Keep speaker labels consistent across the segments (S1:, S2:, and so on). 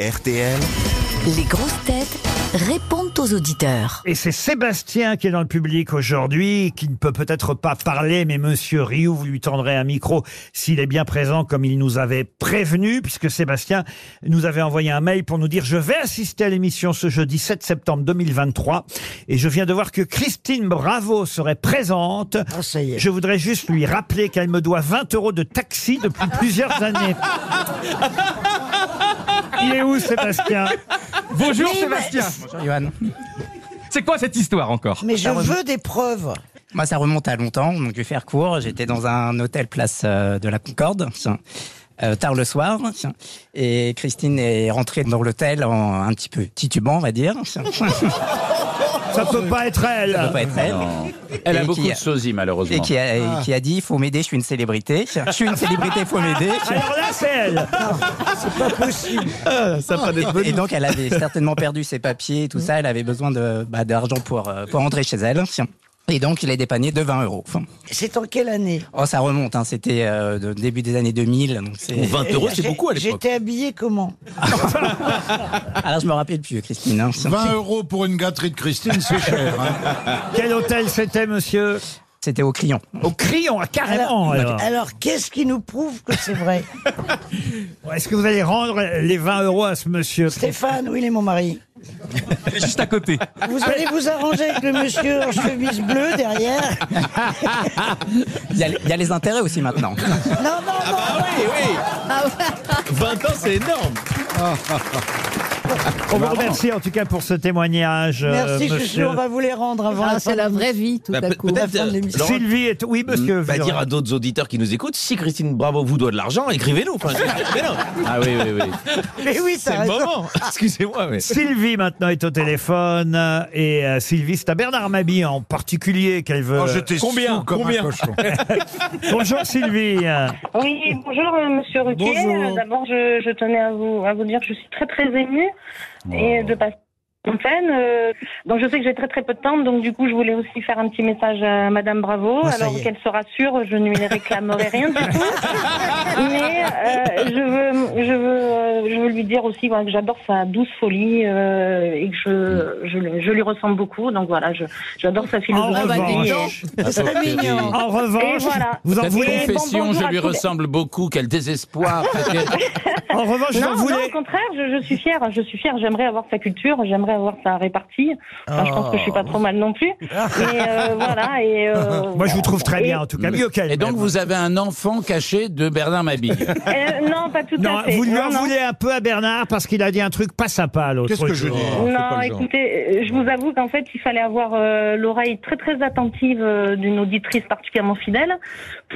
S1: RTL.
S2: Les grosses têtes répondent aux auditeurs.
S3: Et c'est Sébastien qui est dans le public aujourd'hui, qui ne peut peut-être pas parler, mais Monsieur Rioux, vous lui tendrez un micro s'il est bien présent, comme il nous avait prévenu, puisque Sébastien nous avait envoyé un mail pour nous dire je vais assister à l'émission ce jeudi 7 septembre 2023, et je viens de voir que Christine Bravo serait présente. Je voudrais juste lui rappeler qu'elle me doit 20 euros de taxi depuis plusieurs années. Il est où Sébastien
S4: Bonjour Sébastien
S5: Johan.
S4: C'est quoi cette histoire encore
S6: Mais je
S7: Ah,
S5: remonte.
S6: veux des preuves.
S5: Moi, ça remonte à longtemps, donc je vais faire court. J'étais dans un hôtel place euh, de la Concorde, tiens, euh, tard le soir, tiens. et Christine est rentrée dans l'hôtel en un petit peu titubant, on va dire. Ça peut
S3: Ça peut pas être elle.
S5: pas être elle.
S7: Elle a
S5: Et
S7: beaucoup
S5: qui
S7: de sosies, malheureusement.
S5: Et qui a, et qui a dit, faut m'aider, je suis une célébrité. Je suis une célébrité, faut m'aider.
S3: Alors là, c'est elle.
S5: Et donc, elle avait certainement perdu ses papiers et tout ça. Elle avait besoin de- bah, d'argent pour, euh, pour rentrer chez elle. tiens. Et donc, il est dépanné de 20 euros.
S6: C'est en quelle année
S5: Oh, ça remonte, hein. c'était euh, de- début des années 2000. Donc c'est...
S7: 20 euros, c'est
S6: J'ai-
S7: beaucoup à l'époque.
S6: J'étais habillée comment
S5: Alors, je me rappelle plus, Christine. hein.
S8: 20 euros pour une gâterie de Christine, c'est cher. hein.
S3: Quel hôtel c'était, monsieur
S5: C'était au crayon.
S3: Au crayon, ah, carrément.
S7: Bah,
S3: alors.
S6: Alors, qu'est-ce qui nous prouve que c'est vrai
S3: Est-ce que vous allez rendre les 20 euros à ce monsieur
S6: Stéphane, oui, il est mon mari.
S4: Juste à côté.
S6: Vous allez vous arranger avec le monsieur en chemise bleue derrière
S5: Il y, a, il y a les intérêts aussi maintenant.
S6: Non, non,
S7: bah,
S6: non
S7: Ah 20 ans, c'est énorme.
S3: On vous remercie en tout cas pour ce témoignage, euh,
S6: Merci,
S3: monsieur.
S6: Chouchou, on va vous les rendre avant la fin.
S9: Ah, c'est la vraie vie, tout
S7: Bah,
S9: à
S7: peut-
S9: coup.
S7: peut-être, euh, Laurent,
S3: Sylvie est... Oui, monsieur.
S7: bah,
S3: Villeroy.
S7: dire à d'autres auditeurs qui nous écoutent, si Christine Bravo vous doit de l'argent, écrivez-nous. Enfin, mais non. Ah oui, oui, oui.
S6: Mais oui,
S7: C'est
S6: t'as
S7: le
S6: raison.
S7: moment. Excusez-moi, mais.
S3: Sylvie maintenant est au téléphone euh, et euh, Sylvie, c'est à Bernard Mabie en particulier qu'elle veut.
S8: Oh, J'étais
S4: Combien
S8: sous comme
S4: Combien
S8: un cochon.
S3: Bonjour Sylvie.
S10: Oui, bonjour euh, Monsieur Ruquier.
S6: Bonjour.
S10: Euh, D'abord, je, je tenais à vous, à vous dire que je suis très très émue et de passer en peine. euh, donc je sais que j'ai très très peu de temps, donc du coup je voulais aussi faire un petit message à Madame Bravo.
S6: Oh, ça
S10: alors
S6: y est.
S10: qu'elle se rassure, je ne lui réclamerai rien du tout. Mais euh, je veux, je veux, euh, je veux lui dire aussi voilà, que j'adore sa douce folie euh, et que je, je, le- je lui ressemble beaucoup. Donc voilà, je- j'adore sa
S3: En
S10: philosophie.
S6: bah,
S3: revanche,
S7: Pauvre Sylvie.
S3: en revanche,
S10: voilà.
S3: vous en
S10: Cette
S3: voulez.
S10: confession,
S7: Confession,
S10: bonjour
S7: je
S10: à
S7: lui
S10: tous les-
S7: ressemble beaucoup. Quel désespoir.
S3: En revanche, vous en
S10: Non, non,
S3: voulez.
S10: au contraire, je, je suis fière. Je suis fière. J'aimerais avoir sa culture. J'aimerais avoir sa répartie. Enfin, Je pense que je suis pas trop mal non plus. Mais euh, voilà. Et euh,
S3: Oh. Moi, je vous trouve très
S10: et-
S3: bien en tout cas, mieux qu'elle.
S7: Et donc,
S3: même.
S7: vous avez un enfant caché de Bernard Mabille.
S10: euh, non, pas tout
S3: Non,
S10: à fait.
S3: vous lui
S10: non,
S3: en
S10: non.
S3: voulez un peu à Bernard parce qu'il a dit un truc pas sympa l'autre
S8: Qu'est-ce que je
S3: jour.
S8: dis
S10: Non, écoutez, euh, je vous avoue qu'en fait, il fallait avoir euh, l'oreille très très attentive euh, d'une auditrice particulièrement fidèle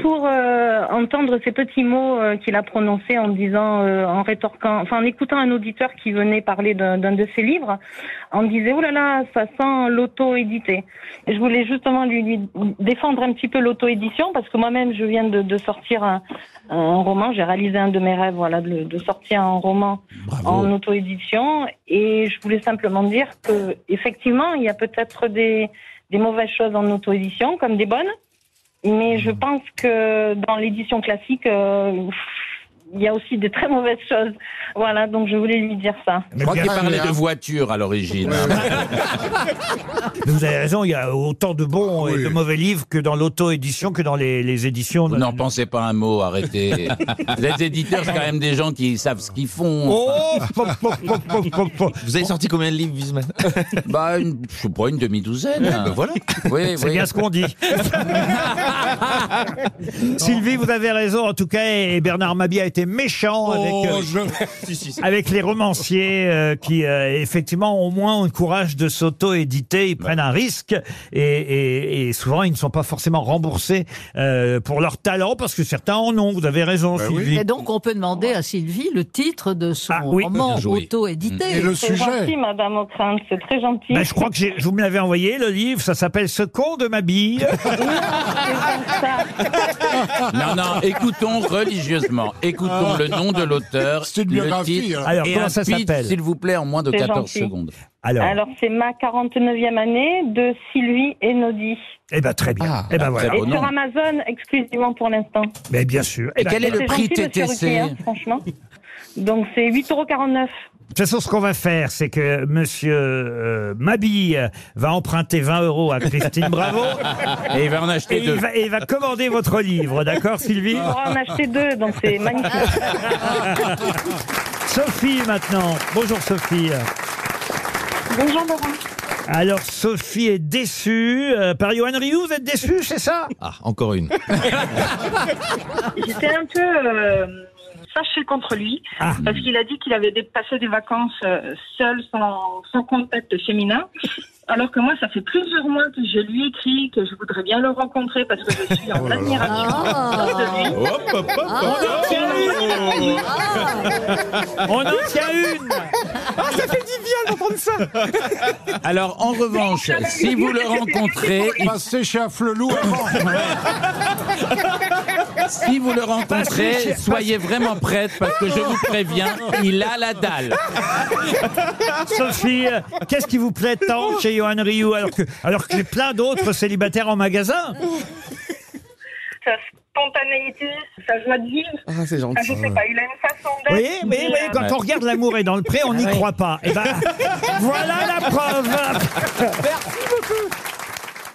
S10: pour euh, entendre ces petits mots euh, qu'il a prononcés en disant, euh, en rétorquant, enfin en écoutant un auditeur qui venait parler d'un d'un de ses livres, on disait, oh là là, ça sent l'auto-édité. Et Je voulais justement lui, lui défendre un petit peu l'auto-édition parce que moi-même, je viens de, de sortir un, un roman, j'ai réalisé un de mes rêves, voilà, de, de sortir un roman
S7: Oh.
S10: en auto-édition. Et je voulais simplement dire que, effectivement, il y a peut-être des, des mauvaises choses en auto-édition, comme des bonnes. Mais je pense que dans l'édition classique, euh, il y a aussi des très mauvaises choses. Voilà, donc je voulais lui dire ça.
S7: Je crois
S3: bien
S7: qu'il parlait de voiture à l'origine.
S3: Mais vous avez raison, il y a autant de bons
S7: Ah
S3: et
S8: Oui.
S3: de mauvais livres que dans l'auto-édition, que dans les, les éditions.
S7: Vous
S3: de-
S7: n'en pensez pas un mot, arrêtez. Les éditeurs, c'est quand même des gens qui savent ce qu'ils font.
S3: Oh pop, pop, pop, pop, pop, pop.
S7: Vous avez sorti combien de livres, Wiesmann Bah, une, je sais pas, une demi-douzaine. voilà. Oui,
S3: C'est
S7: oui.
S3: bien ce qu'on dit. Sylvie, vous avez raison en tout cas, et Bernard Mabie a été méchant avec, euh,
S8: Oh, je-
S3: avec les romanciers euh, qui, euh, effectivement, au moins ont le courage de s'auto-éditer, ils prennent un risque, et, et- et souvent ils ne sont pas forcément remboursés euh, pour leur talent, parce que certains en ont, vous avez raison
S8: Bah
S3: Sylvie.
S9: Et donc, on peut demander à Sylvie le titre de son
S3: Ah, oui.
S9: roman
S7: Bien joué.
S9: auto-édité.
S8: Et le
S10: C'est gentil,
S8: sujet
S10: Madame O'Crane, c'est très gentil.
S3: Ben, je crois que j'ai- je vous me l'avez envoyé, le livre, ça s'appelle Ce con de ma bille.
S7: Non, non, écoutons religieusement. Écoutons le nom de l'auteur.
S8: Ah. C'est une
S7: le
S8: biographie,
S7: titre,
S8: hein.
S3: Alors,
S7: et
S3: comment
S7: un
S3: ça
S7: pitch,
S3: s'appelle
S7: S'il vous plaît, en moins de
S10: C'est
S7: 14
S10: gentil.
S7: secondes.
S3: Alors,
S10: Alors, c'est ma 49e année de Sylvie Enodi.
S3: eh ben très bien.
S8: Ah.
S3: eh ben voilà.
S10: Et
S7: Oh non.
S10: sur Amazon, exclusivement pour l'instant.
S3: Mais bien sûr. Eh
S7: Et
S3: ben,
S7: quel est le
S10: C'est
S7: prix
S10: gentil, monsieur
S7: TTC
S10: Ruquier, hein, franchement. Donc c'est 8,49 euros.
S3: De toute façon, ce qu'on va faire, c'est que Monsieur euh, Mabille va emprunter 20 euros à Christine Bravo
S7: Ah. Et il va en
S3: et
S7: acheter deux.
S3: il va, et il va commander votre livre, d'accord, Sylvie
S10: On
S7: Ah.
S10: pourra en acheter deux, donc c'est magnifique.
S3: Sophie maintenant. Bonjour Sophie.
S10: Bonjour Laurent.
S3: Alors Sophie est déçue euh, par Johan Rioux. Vous êtes déçue, c'est ça
S7: Ah, encore une.
S10: J'étais un peu euh, fâchée contre lui
S3: Ah.
S10: parce qu'il a dit qu'il avait dé- passé des vacances euh, seul, sans, sans contact féminin. Alors que moi, ça fait plusieurs mois que je lui écris que je voudrais bien le rencontrer parce que je suis en admiration
S2: Ah.
S10: de lui.
S7: Hop, hop, hop, hop. Ah.
S3: On en tient une.
S7: Alors, en revanche, si vous le rencontrez, il-
S8: Passez chez Afflelou avant.
S7: si vous le rencontrez, soyez vraiment prête parce que je vous préviens, il a la dalle.
S3: Sophie, euh, qu'est-ce qui vous plaît tant chez Johan Rioux alors que alors que j'ai plein d'autres célibataires en magasin
S10: Sa spontanéité, sa joie de vivre.
S1: Ah, c'est
S10: Ah,
S1: gentil.
S10: je sais pas, il a une façon
S3: Vous
S10: d'être. euh,
S3: voyez, vous voyez, vous voyez, quand on regarde l'amour est dans Eh le pré, on n'y croit pas. Et ben, voilà la preuve.